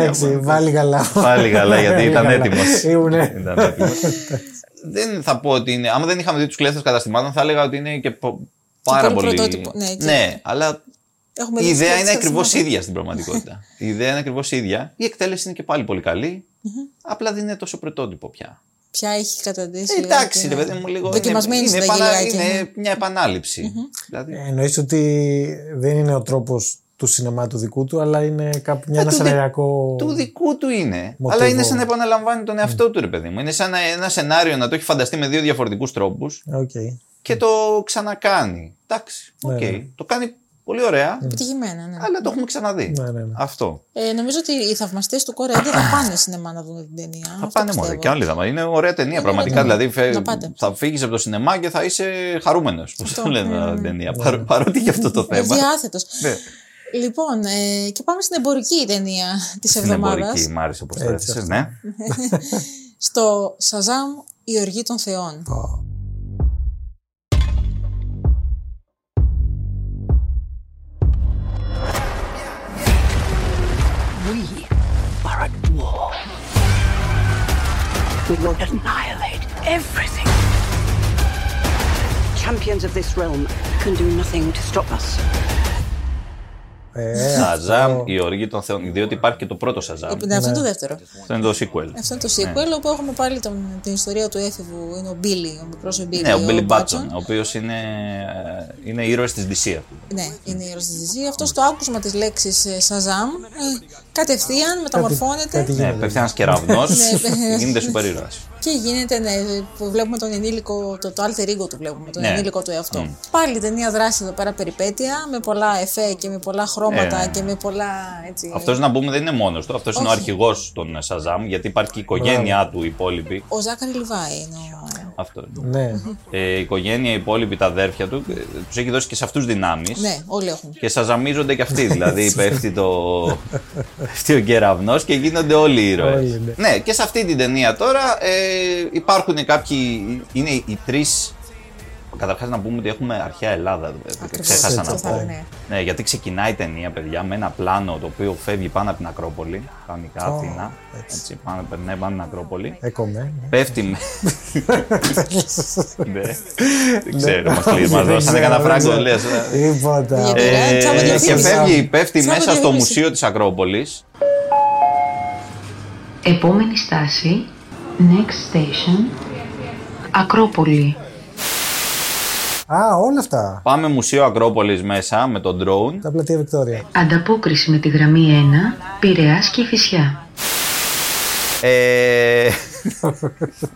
Εντάξει, Ναι, βάλει καλά.
Πάλι καλά, γιατί
Βάλει
ήταν
καλά.
έτοιμος.
Ήμουνε.
Ήταν έτοιμος. δεν θα πω ότι είναι. Άμα δεν είχαμε δει τους κλέφτες καταστημάτων, θα έλεγα ότι είναι και πο- πάρα
πολύ
πολύ.
πρωτότυπο. Ναι, και-
αλλά
Έχουμε
η
δει
ιδέα
τις
είναι ακριβώ
καταστημάτων.
ίδια στην πραγματικότητα. η ιδέα είναι ακριβώς ίδια. Η εκτέλεση είναι και πάλι πολύ καλή. Απλά δεν είναι τόσο πρωτότυπο πια.
Ποια έχει καταντήσει.
Ε,
λίγο
εντάξει,
την-
ρε παιδί μου, λίγο. είναι-
Δοκιμασμένη
είναι,
συνταγή
επανα-
λιγάκι.
είναι μια επανάληψη. Δηλαδή,
Ναι, Εννοείς ότι δεν είναι ο τρόπος του σινεμά του δικού του, αλλά είναι κάπου μια,
Ε,
ένα
του δι-
σεναριακό...
του δικού του είναι.
Μοτίβο. Ναι.
Αλλά είναι σαν να επαναλαμβάνει τον εαυτό του, ρε παιδί μου. Είναι σαν να- ένα σενάριο να το έχει φανταστεί με δύο διαφορετικούς τρόπους
Οκ.
και το ξανακάνει. Εντάξει, οκ.
Ναι, ναι.
Το κάνει πολύ ωραία,
Επιτυχημένα, ναι.
αλλά το έχουμε ξαναδεί.
Ναι, ναι, ναι.
Αυτό.
Ε, νομίζω ότι οι θαυμαστές του Κορέντε θα πάνε σινεμά να δουν την ταινία.
Θα
Αυτό
πάνε
πιστεύω.
μόνο. Και άλλοι θα πάνε. Είναι ωραία ταινία.
Είναι
πραγματικά
ωραία
δηλαδή φε-
Να πάτε.
θα φύγεις από το σινεμά και θα είσαι χαρούμενος. Πώ το
Αυτό,
λένε
ναι,
τα
ναι.
ταινία. Παρό- παρότι και αυτό το θέμα.
Ευδιάθετο.
Ναι.
Ε, Λοιπόν, ε, και πάμε στην εμπορική ταινία της
Στην
εβδομάδας.
εμπορική, μ' άρεσε όπως το
Έτσι,
έθεσες.
αυτό.
Ναι.
Στο Σαζάμ, η οργή των Θεών.
We are at war. We will annihilate everything. Champions of this realm can do nothing to stop us.
Ε,
Σαζάμ, η οργή των Θεών. Διότι υπάρχει και το πρώτο Σαζάμ.
Ναι, αυτό είναι το δεύτερο.
Αυτό είναι το sequel.
Αυτό είναι το sequel,
Ναι.
όπου έχουμε πάλι τον, την ιστορία του έφηβου. Είναι ο Μπίλι, ο μικρός ο Μπίλι.
Ναι, ο Billy Batson,
Μπάτσον.
ο οποίος είναι, ε, είναι ήρωας της DC. αυτού.
Ναι, είναι η Ρωσιζή. Αυτός το άκουσμα της λέξης Σαζάμ ε, κατευθείαν μεταμορφώνεται.
κάτι
Ναι,
γίνεται.
πέφτει ένας κεραυνός
*laughs* Ναι.
και γίνεται σούπερ ήρωας.
Και γίνεται, ναι, που βλέπουμε τον ενήλικο, το, το alter ego του βλέπουμε, τον
Ναι.
ενήλικο του εαυτό. Πάλι ταινία δράση εδώ πέρα περιπέτεια, με πολλά εφέ και με πολλά χρώματα
Ε.
και με πολλά έτσι.
Αυτός να πούμε δεν είναι μόνος του. Αυτός είναι ο
Ναι. Όχι.
αρχηγός των Σαζάμ, γιατί υπάρχει και η οικογένειά του υπόλοιπη.
Ο Ζάκαρη Λιβάη είναι ο...
Αυτό.
Ναι,
Ε, η οικογένεια, οι υπόλοιποι, τα αδέρφια του, τους έχει δώσει και σε αυτούς δυνάμεις.
Ναι, όλοι έχουν.
Και σαζαμίζονται και αυτοί. Δηλαδή πέφτει, το... πέφτει ο κεραυνός και γίνονται όλοι οι ήρωες.
Όλοι, ναι.
ναι, και σε αυτή την ταινία τώρα ε, υπάρχουν κάποιοι. Είναι οι τρεις. Καταρχάς να πούμε ότι έχουμε αρχαία Ελλάδα εδώ. πέρα,
Ακριβώς,
Ξέχασα
αυτό
να
θα
πω.
λέω, ναι.
Ναι, γιατί ξεκινάει η ταινία, παιδιά, με ένα πλάνο το οποίο φεύγει πάνω από την Ακρόπολη. Κανονικά Αθήνα. Έτσι, πάνω, περνάει πάνω από την Ακρόπολη.
έκομε.
Πέφτει με. Ναι. Δεν ξέρω, μας
Δεν
δώσανε
ξέρω,
κανένα
δεν
φράγκο,
ξέρω.
λες.
Τίποτα.
Ε, Ωραία, τσάμπα
Και
διαφήμιση.
φεύγει, πέφτει
Τσάμπα
μέσα στο
διαφήμιση.
μουσείο της Ακρόπολης.
Επόμενη στάση, next station, Ακρόπολη.
Α, όλα αυτά.
Πάμε μουσείο Ακρόπολης μέσα με τον drone.
Τα πλατεία Βικτόρια.
Ανταπόκριση με τη γραμμή 1, Πειραιάς και Φυσιά.
Ε...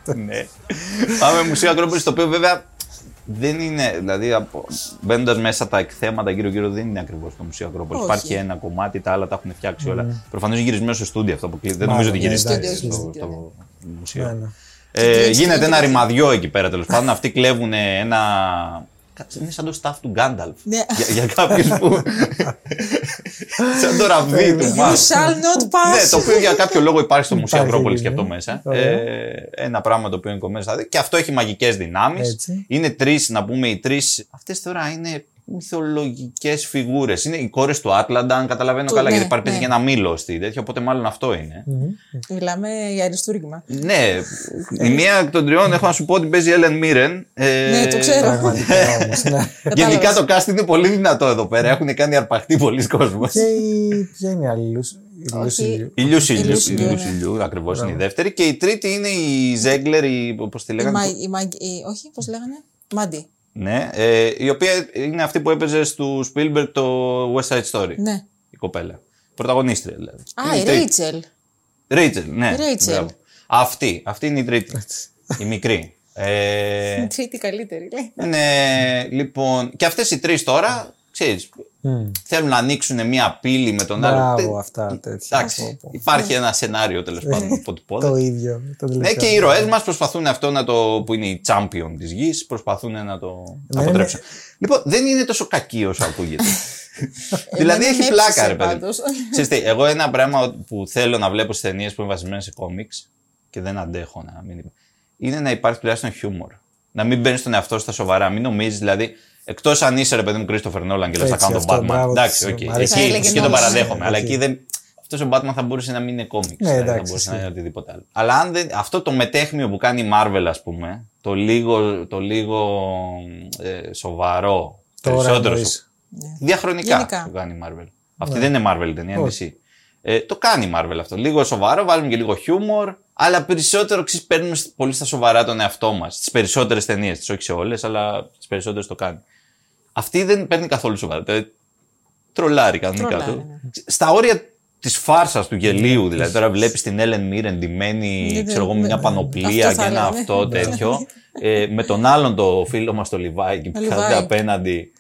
ναι. Πάμε μουσείο Ακρόπολης, το οποίο βέβαια δεν είναι, δηλαδή μπαίνοντας μέσα τα εκθέματα γύρω-γύρω δεν είναι ακριβώς το Μουσείο Ακρόπολης.
Όχι.
Υπάρχει ένα κομμάτι, τα άλλα τα έχουν φτιάξει όλα. Προφανώ γυρισμένο στο στούντιο αυτό που κλείνει. Δεν νομίζω ότι
ναι,
γυρίστηκε
εντάξει,
στο,
στο
στο,
στούντιο,
μουσείο.
Ναι, ναι.
Ε,
κλέψει
γίνεται
και
ένα
τα-
ρημαδιό εκεί πέρα τέλος πάντων. Αυτοί κλέβουν ένα. Κάτι Είναι σαν το staff του Γκάνταλφ.
Ναι.
Για, για κάποιους που. σαν το ραβδί του.
You
μάλλον.
shall not pass.
Ναι, το οποίο για κάποιο λόγο υπάρχει στο Μουσείο
Υπάρχει,
Ακρόπολης και
ναι.
αυτό μέσα.
Ωραία.
Ε, ένα πράγμα το οποίο είναι κομμένο στα δύο. Και αυτό έχει μαγικές δυνάμεις.
Έτσι.
Είναι τρεις, να πούμε, οι τρεις. Αυτές τώρα είναι μυθολογικές φιγούρες. Είναι οι κόρες του Άτλαντα, αν καταλαβαίνω
Του-
καλά,
ναι,
γιατί υπάρχει
ναι.
και ένα μήλο στη τέτοια, οπότε μάλλον αυτό είναι.
Μιλάμε για αριστούργημα.
Ναι, η μία εκ των τριών έχω να σου πω ότι παίζει η Έλεν Μίρεν. Ε,
Ναι, το ξέρω.
Πραγματικά όμως, ναι.
Γενικά
Κατάλαβες.
το cast είναι πολύ δυνατό εδώ πέρα. Έχουν κάνει αρπαχτή πολλοί κόσμος.
Ναι.
Και η. Ποια είναι η άλλη, η Λούση- η Λούση.
Όχι.
Η Λιούσι
Η
Λιού.
Λιούσι Λιού, ναι.
ακριβώς είναι η δεύτερη. Και η τρίτη είναι η Ζέγκλερ, η, πώς τη
Η
λέγανε.
μα- η μα- η- Όχι, πώς λέγανε. Μάντι.
Ναι, ε, η οποία είναι αυτή που έπαιζε στο Spielberg το West Side Story.
Ναι.
Η κοπέλα. Πρωταγωνίστρια δηλαδή.
Α, η Ρέιτσελ.
Ρέιτσελ, ναι.
Η Rachel.
μπράβο. Αυτή, αυτή είναι η τρίτη. η μικρή. Ε,
Η τρίτη καλύτερη. λέει.
ναι, λοιπόν. Και αυτές οι τρεις τώρα, ξέρεις, θέλουν να ανοίξουν μια πύλη με τον άλλο.
Μπράβο,
Τε-
αυτά τέτοια. Πω,
Εντάξει,
πω. Ναι.
υπάρχει ένα σενάριο τέλος πάντων που αποτυπώνεται.
Το ίδιο. το
Ναι,
τελευταίο.
και οι ηρωέ μας προσπαθούν αυτό να το. που είναι οι champion της γης, προσπαθούν να το
Ναι,
αποτρέψουν. Λοιπόν, δεν είναι τόσο κακή όσο
*laughs*
ακούγεται. δηλαδή
Εμένα
έχει
με
πλάκα,
έψησε
ρε παιδί.
πάντως.
*laughs* Ξέρεις τι, εγώ ένα πράγμα που θέλω να βλέπω στις ταινίες που είναι βασισμένες σε κόμιξ και δεν αντέχω να μην. υπά- είναι να υπάρχει τουλάχιστον χιούμορ. Να μην μπαίνεις τον εαυτό σου στα σοβαρά. Μην νομίζεις δηλαδή. Εκτός αν είσαι ρε παιδί μου Κρίστοφερ Νόλαν και λες θα
Έτσι,
κάνω τον
αυτό,
Batman.
μπράβο,
Εντάξει,
της-
οκ.
μ' αρέσει.
Θα
Εκεί
έλεγε
και το
Nolan.
παραδέχομαι. Αλλά
Εκεί.
εκεί δεν. Αυτός ο Batman θα μπορούσε να μην είναι κόμιξ.
Ναι,
δηλαδή, θα
εντάξει,
μπορούσε να
ισχύει.
είναι οτιδήποτε άλλο. Αλλά αν δεν, αυτό το μετέχμιο που κάνει η Marvel, ας πούμε, το λίγο, το λίγο ε, σοβαρό,
Τώρα
περισσότερο
εννοείς. Ναι.
σο- Διαχρονικά
Γενικά.
το κάνει η Marvel. Αυτή δεν είναι Marvel η ταινία, είναι DC. Ε, το κάνει η Marvel αυτό. Λίγο σοβαρό, βάλουμε και λίγο χιούμορ, αλλά περισσότερο ξέρεις, παίρνουμε σ- πολύ στα σοβαρά τον εαυτό μας. Στι περισσότερες ταινίες της, όχι σε όλες, αλλά στι περισσότερες το κάνει. Αυτή δεν παίρνει καθόλου σοβαρά. Ε, Τρολάρει κανονικά
Τρολάρει, ναι.
του. Στα όρια της φάρσας του γελίου, δηλαδή τώρα βλέπεις την Έλεν Μίρεν ντυμένη,
Ναι,
ξέρω εγώ, με
ναι,
μια
ναι.
πανοπλία
Αυτός
και ένα
θα έλεγα,
αυτό
ναι.
τέτοιο. Ε, με τον άλλον το φίλο μας το Λιβάη, εκεί που
Ο Λιβάη.
κάθεται απέναντι.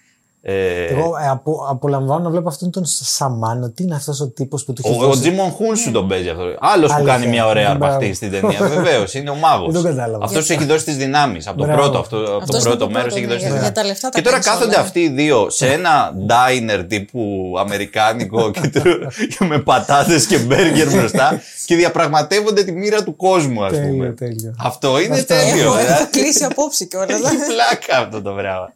Ε,
Εγώ ε, απο, απολαμβάνω να βλέπω αυτόν τον Σαμάνο. Τι είναι αυτός ο τύπος που του
Ο,
έχει
ο
δώσει.
Τζίμον Χούν σου τον παίζει αυτό. Άλλος που
Ναι. Αλήθεια.
κάνει μια ωραία
Μπράβο.
αρπαχτή στην ταινία. Βεβαίως, είναι ο μάγος.
Δεν τον κατάλαβα.
Αυτός σου έχει δώσει τις δυνάμεις. Από το
Μπράβο.
πρώτο, αυτό, από το
Αυτός είναι
πρώτο
το
μέρο
πρώτο,
έχει
ναι,
δώσει τις
για-
δυνάμεις.
για τα λεφτά τα
Και τώρα
κάνεις
κάθονται
όλα.
αυτοί οι δύο σε ένα diner τύπου
*laughs*
αμερικάνικο και, του- και με πατάτες και μπέργκερ μπροστά και διαπραγματεύονται τη μοίρα του κόσμου, ας
Τέλειο,
πούμε.
τέλειο.
Αυτό είναι
Αυτό.
τέλειο.
Έχω
*laughs* δηλαδή.
έχω Ε, κλείσει απόψε κιόλα.
Έχει πλάκα αυτό το πράγμα.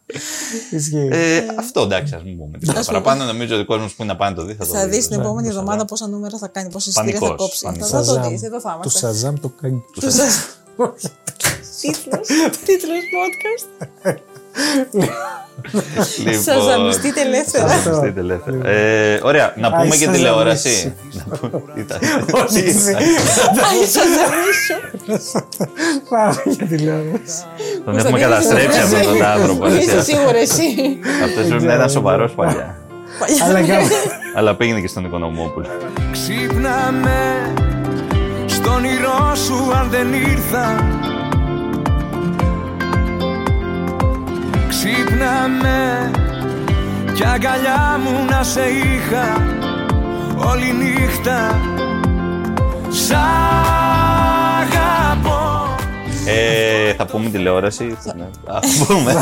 Ισχύει.
Ε, αυτό εντάξει, ας μην πούμε τίποτα
Ας πούμε.
παραπάνω. Νομίζω ότι ο κόσμος που είναι να πάει να το δει θα το
Θα δει την
Ναι,
επόμενη
ναι, ναι.
εβδομάδα πόσα νούμερα θα κάνει, πόσα εισιτήρια θα
Πανικός,
κόψει.
πανικός.
Θα το
Σαζάμ.
δεις, εδώ θα
Του
είμαστε.
Σαζάμ το κάνει.
Του Σαζάμ. Τίτλος, τίτλος podcast.
Λοιπόν,
Σαζαμιστείτε ελεύθερα.
Σαζαμιστείτε
Λοιπόν.
ελεύθερα. Ε, ωραία, να πούμε και
σαζαμίσει.
τηλεόραση. Να
*laughs*
πούμε- ήταν-
Άγιε σαζαμίσω.
Πάμε για τηλεόραση.
Τον έχουμε καταστρέψει αυτόν τον άνθρωπο.
Είσαι σίγουρα εσύ.
Αυτό πρέπει να ήταν σοβαρός παλιά.
Αλλά κάπου.
Αλλά πήγαινε και στον Οικονομόπουλο.
Ξύπναμε στον όνειρό σου αν δεν ήρθα Ξύπναμε κι αγκαλιά μου να σε είχα όλη νύχτα Σ' αγαπώ
Ε, θα πούμε τηλεόραση. Ναι. Α, θα
*laughs*
πούμε.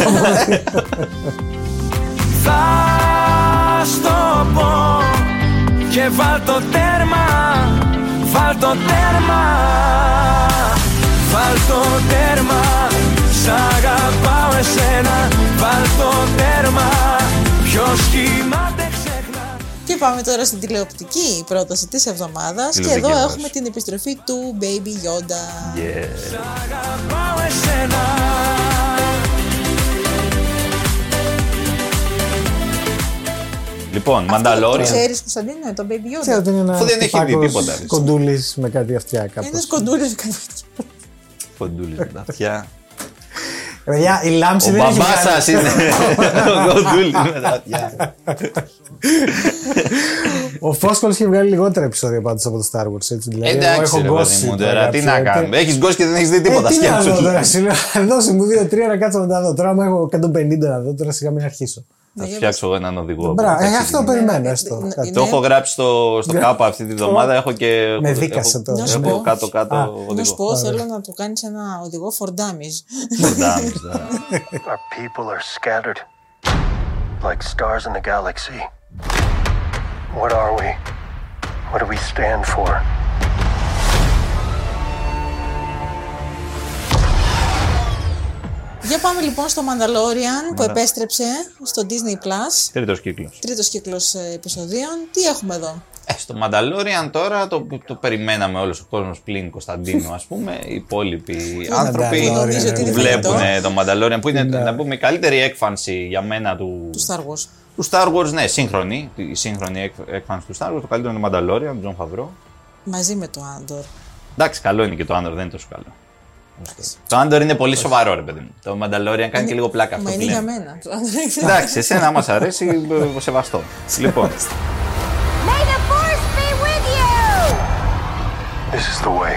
Θα στο πω και βάλ το τέρμα, βάλ το τέρμα, βάλ το τέρμα. Σ' αγαπάω εσένα, βάλ το τέρμα, ποιος κοιμάται ξεχνά.
Και πάμε τώρα στην τηλεοπτική πρόταση της εβδομάδας και
Τηλεοπτική
εδώ
πρόταση.
έχουμε την επιστροφή του Baby Yoda.
Yeah.
Πάω εσένα.
Λοιπόν,
Το
Μανταλόρια.
ξέρεις Κωνσταντίνο, ε, τον Baby
Ξέρω
Yoda.
ότι είναι ένα
Αφού δεν έχει δει
τυπάκος
τίποτα, έτσι.
κοντούλης με κάτι αυτιά
Ένας
κάπως.
κοντούλης κάτι.
Κοντούλης με τα αυτιά.
Ρε παιδιά, η λάμψη
Ο
δεν έχει
μπαμπάς
βγάλει.
σας είναι.
*laughs*
Ο Γκοντούλη.
Ε, Ο Φόσκολος είχε βγάλει λιγότερα επεισόδια πάντως από το Star Wars. Έτσι, δηλαδή, εγώ
Εντάξει,
έχω
ρε
γκώσει
παιδί μου,
τώρα
τώρα τι
κάποια,
να
τι-
κάνουμε. Έχεις γκώσει και δεν έχεις δει
Ε,
τίποτα.
τι να δω
Σκέψου.
τώρα, σύνολα. δώσε μου δύο-τρία να κάτσω να τα δω. Τώρα, άμα έχω 150 να δω, τώρα σιγά μην αρχίσω.
Θα σου φτιάξω εγώ έναν οδηγό.
Μπράβο, ε,
Εντάξει,
αυτό περιμένω, έστω.
Ναι,
κάτι.
Το έχω γράψει στο, στο κάπα αυτή τη βδομάδα. Έχω και.
Ναι. Με
έχω-
δίκασε
έχω-
τώρα.
Να σου πω.
Έχω
Α,
κάτω-κάτω
Να σου
οδηγό.
πω, θέλω να του κάνεις ένα οδηγό φορντάμι.
Φορντάμις, ναι.
Our people are scattered like stars in the galaxy. What are we? What do we stand for?
*laughs* Για πάμε λοιπόν στο Mandalorian
Ναι.
που επέστρεψε στο Disney Plus.
Τρίτος κύκλος.
Τρίτος κύκλος ε, επεισοδίων. Τι έχουμε εδώ.
Ε, στο Mandalorian τώρα το, το περιμέναμε όλος ο κόσμος πλην Κωνσταντίνο ας πούμε. Οι
*laughs*
υπόλοιποι άνθρωποι
Mandalorian,
που
νομίζω ότι είναι
βλέπουν ε,
δυνατό.
το Mandalorian που
Ναι.
είναι να πούμε η καλύτερη έκφανση για μένα του,
Του Star Wars.
του Star Wars. Ναι, σύγχρονη. Η σύγχρονη έκ- έκφανση του Star Wars. Το καλύτερο είναι το Mandalorian, Τζον Φαβρό.
Μαζί με το Άντορ.
Εντάξει, καλό είναι και το Andor, δεν είναι τόσο καλό. Το Andor είναι πολύ σοβαρό, ρε παιδί μου. Το Mandalorian κάνει και λίγο πλάκα αυτό.
Μα είναι
που
για
λέμε.
μένα. Το Andor είναι-
Εντάξει, εσένα άμα σ' αρέσει, ε, σεβαστό. λοιπόν,
May the force be with you!
This is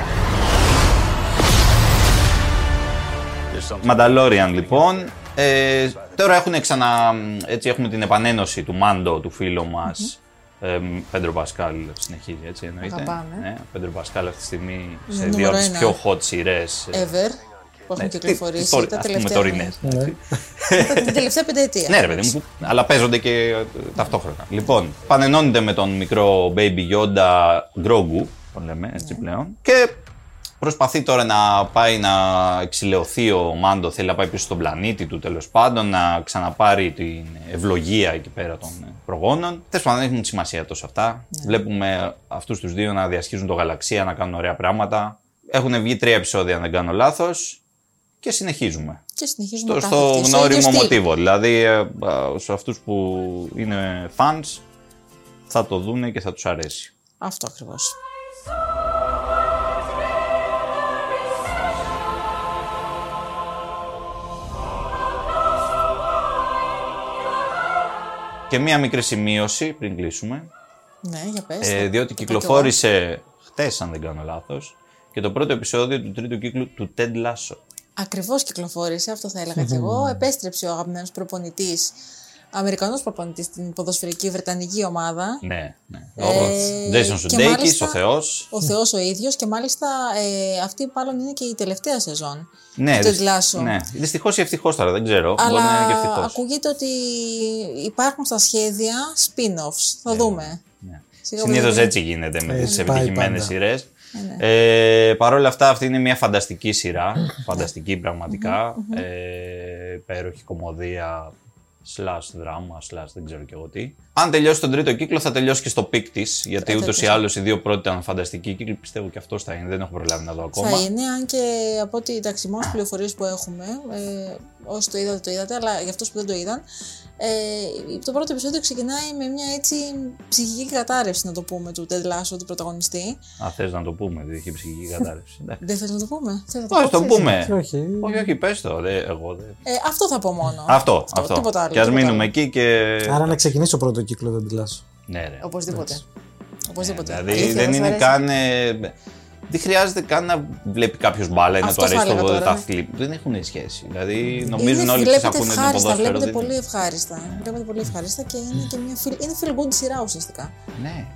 the way.
Mandalorian λοιπόν. Ε, τώρα έχουν ξανα, έτσι έχουμε την επανένωση του Μάντο, του φίλου μας. Ε, Πέντρο Πασκάλ συνεχίζει έτσι εννοείται.
Αγαπάμε.
Ναι, ο Πέντρο Πασκάλ αυτή τη στιγμή σε
νούμερο
δύο από τις
ένα.
πιο hot σειρές. ε,
*laughs* Ever που έχουν
ναι, τι- τι
κυκλοφορήσει
τώρα,
τα
ας πούμε,
τελευταία. *laughs*
τωρινές.
Την τελευταία πενταετία.
Ναι, ρε παιδί μου, που- αλλά παίζονται και ε, ταυτόχρονα. Λοιπόν, πανενώνεται με τον μικρό Baby Yoda Grogu, τον λέμε έτσι πλέον, και προσπαθεί τώρα να πάει να εξηλαιωθεί ο Μάντο, θέλει να πάει πίσω στον πλανήτη του τέλος πάντων, να ξαναπάρει την ευλογία εκεί πέρα των ε, προγόνων. Τέλος πάντων, δεν έχουν σημασία τόσο αυτά. Βλέπουμε αυτούς τους δύο να διασχίζουν το γαλαξία, να κάνουν ωραία πράγματα. Έχουν βγει τρία επεισόδια, αν δεν κάνω λάθος. Και συνεχίζουμε
Και
στο,
συνεχίζουμε κάθε
στο
αυτή, στο ίδιο
γνώριμο
στυλ.
μοτίβο. Δηλαδή, ε, α, σε αυτούς που είναι fans, θα το δούνε και θα τους αρέσει.
Αυτό ακριβώς.
Και μία μικρή σημείωση πριν κλείσουμε,
Ναι, για πες.
ε,
τα-
διότι
τα
κυκλοφόρησε χτες, αν δεν κάνω λάθος, και το πρώτο επεισόδιο του τρίτου κύκλου του Ted Lasso.
Ακριβώς κυκλοφόρησε, αυτό θα έλεγα κι εγώ. Επέστρεψε ο αγαπημένος προπονητής, Αμερικανός προπονητής στην ποδοσφαιρική Βρετανική ομάδα.
Ναι, ναι.
Ε,
Ο Jason
και
Sudeikis,
μάλιστα-
ο Θεός.
Ο Θεός ο ίδιος και μάλιστα ε, αυτή μάλλον είναι και η τελευταία σεζόν.
Ναι,
του Ted
δυσ-
Lasso.
ναι. Δυστυχώς ή ευτυχώς τώρα, δεν ξέρω.
Αλλά
Μπορεί να είναι και ευτυχώς.
ακούγεται ότι υπάρχουν στα σχέδια spin-offs. Θα δούμε.
Ναι.
Σιγά
Συνήθω
πολύ.
έτσι γίνεται με τι
Έτσι πάει
επιτυχημένε
πάντα.
σειρές.
ναι.
Ε, Παρ' όλα αυτά, αυτή είναι μια φανταστική σειρά. φανταστική πραγματικά. ε, υπέροχη κομμωδία, slash δράμα, slash δεν ξέρω και εγώ τι. Αν τελειώσει τον τρίτο κύκλο, θα τελειώσει και στο πικ της. Γιατί
Ε, θα
ούτως ή
τελειώσει.
άλλω οι δύο πρώτοι ήταν φανταστικοί κύκλοι. Πιστεύω και αυτός θα είναι. Δεν έχω προλάβει να δω ακόμα.
Θα είναι, αν και από ό,τι εντάξει, μόνο πληροφορίες που έχουμε, ε, όσοι το είδατε, το είδατε, αλλά για αυτούς που δεν το είδαν, ε, το πρώτο επεισόδιο ξεκινάει με μια έτσι ψυχική κατάρρευση, να το πούμε, του Ted Lasso, του πρωταγωνιστή.
Α, θες να το πούμε, διότι έχει ψυχική κατάρρευση.
*laughs*
Εντάξει.
Δεν θες να το πούμε. Θες να το
Όχι, το
πω, θες.
πούμε.
όχι.
Όχι, όχι, πες το. Δε- εγώ δεν.
Ε, αυτό θα πω μόνο.
Αυτό, αυτό.
Τίποτα άλλο.
Και ας
τίποτα άλλο.
μείνουμε εκεί και.
Άρα να ξεκινήσω πρώτο κύκλο, δεν τυλάσω.
Ναι, ρε.
Οπωσδήποτε. Οπωσδήποτε.
Δηλαδή
Αλήθεια,
δεν
μας
είναι
αρέσει.
καν. ε, δεν χρειάζεται καν να βλέπει κάποιος μπάλα ή να
Αυτό
του αρέσει
θα
το
έλεγα τώρα,
τα
ναι.
αθλή. Δεν έχουν σχέση. Δηλαδή νομίζουν
Είναι-
όλοι ότι
βλέπετε
θα ακούνε το
ευχάριστα,
ποδόσφαιρο.
Βλέπετε
δεν
πολύ
είναι.
ευχάριστα. Βλέπετε πολύ ευχάριστα και είναι και μια feel, είναι feel good σειρά ουσιαστικά.
Ναι,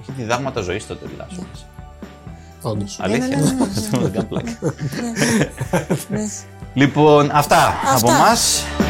έχει διδάγματα ζωή στο τελικά.
Όντω.
Αλήθεια.
Ναι, ναι, ναι, ναι,
*laughs* Αυτό δεν κάνω πλάκα.
ναι.
Λοιπόν, αυτά, από
Αυτά.
εμά.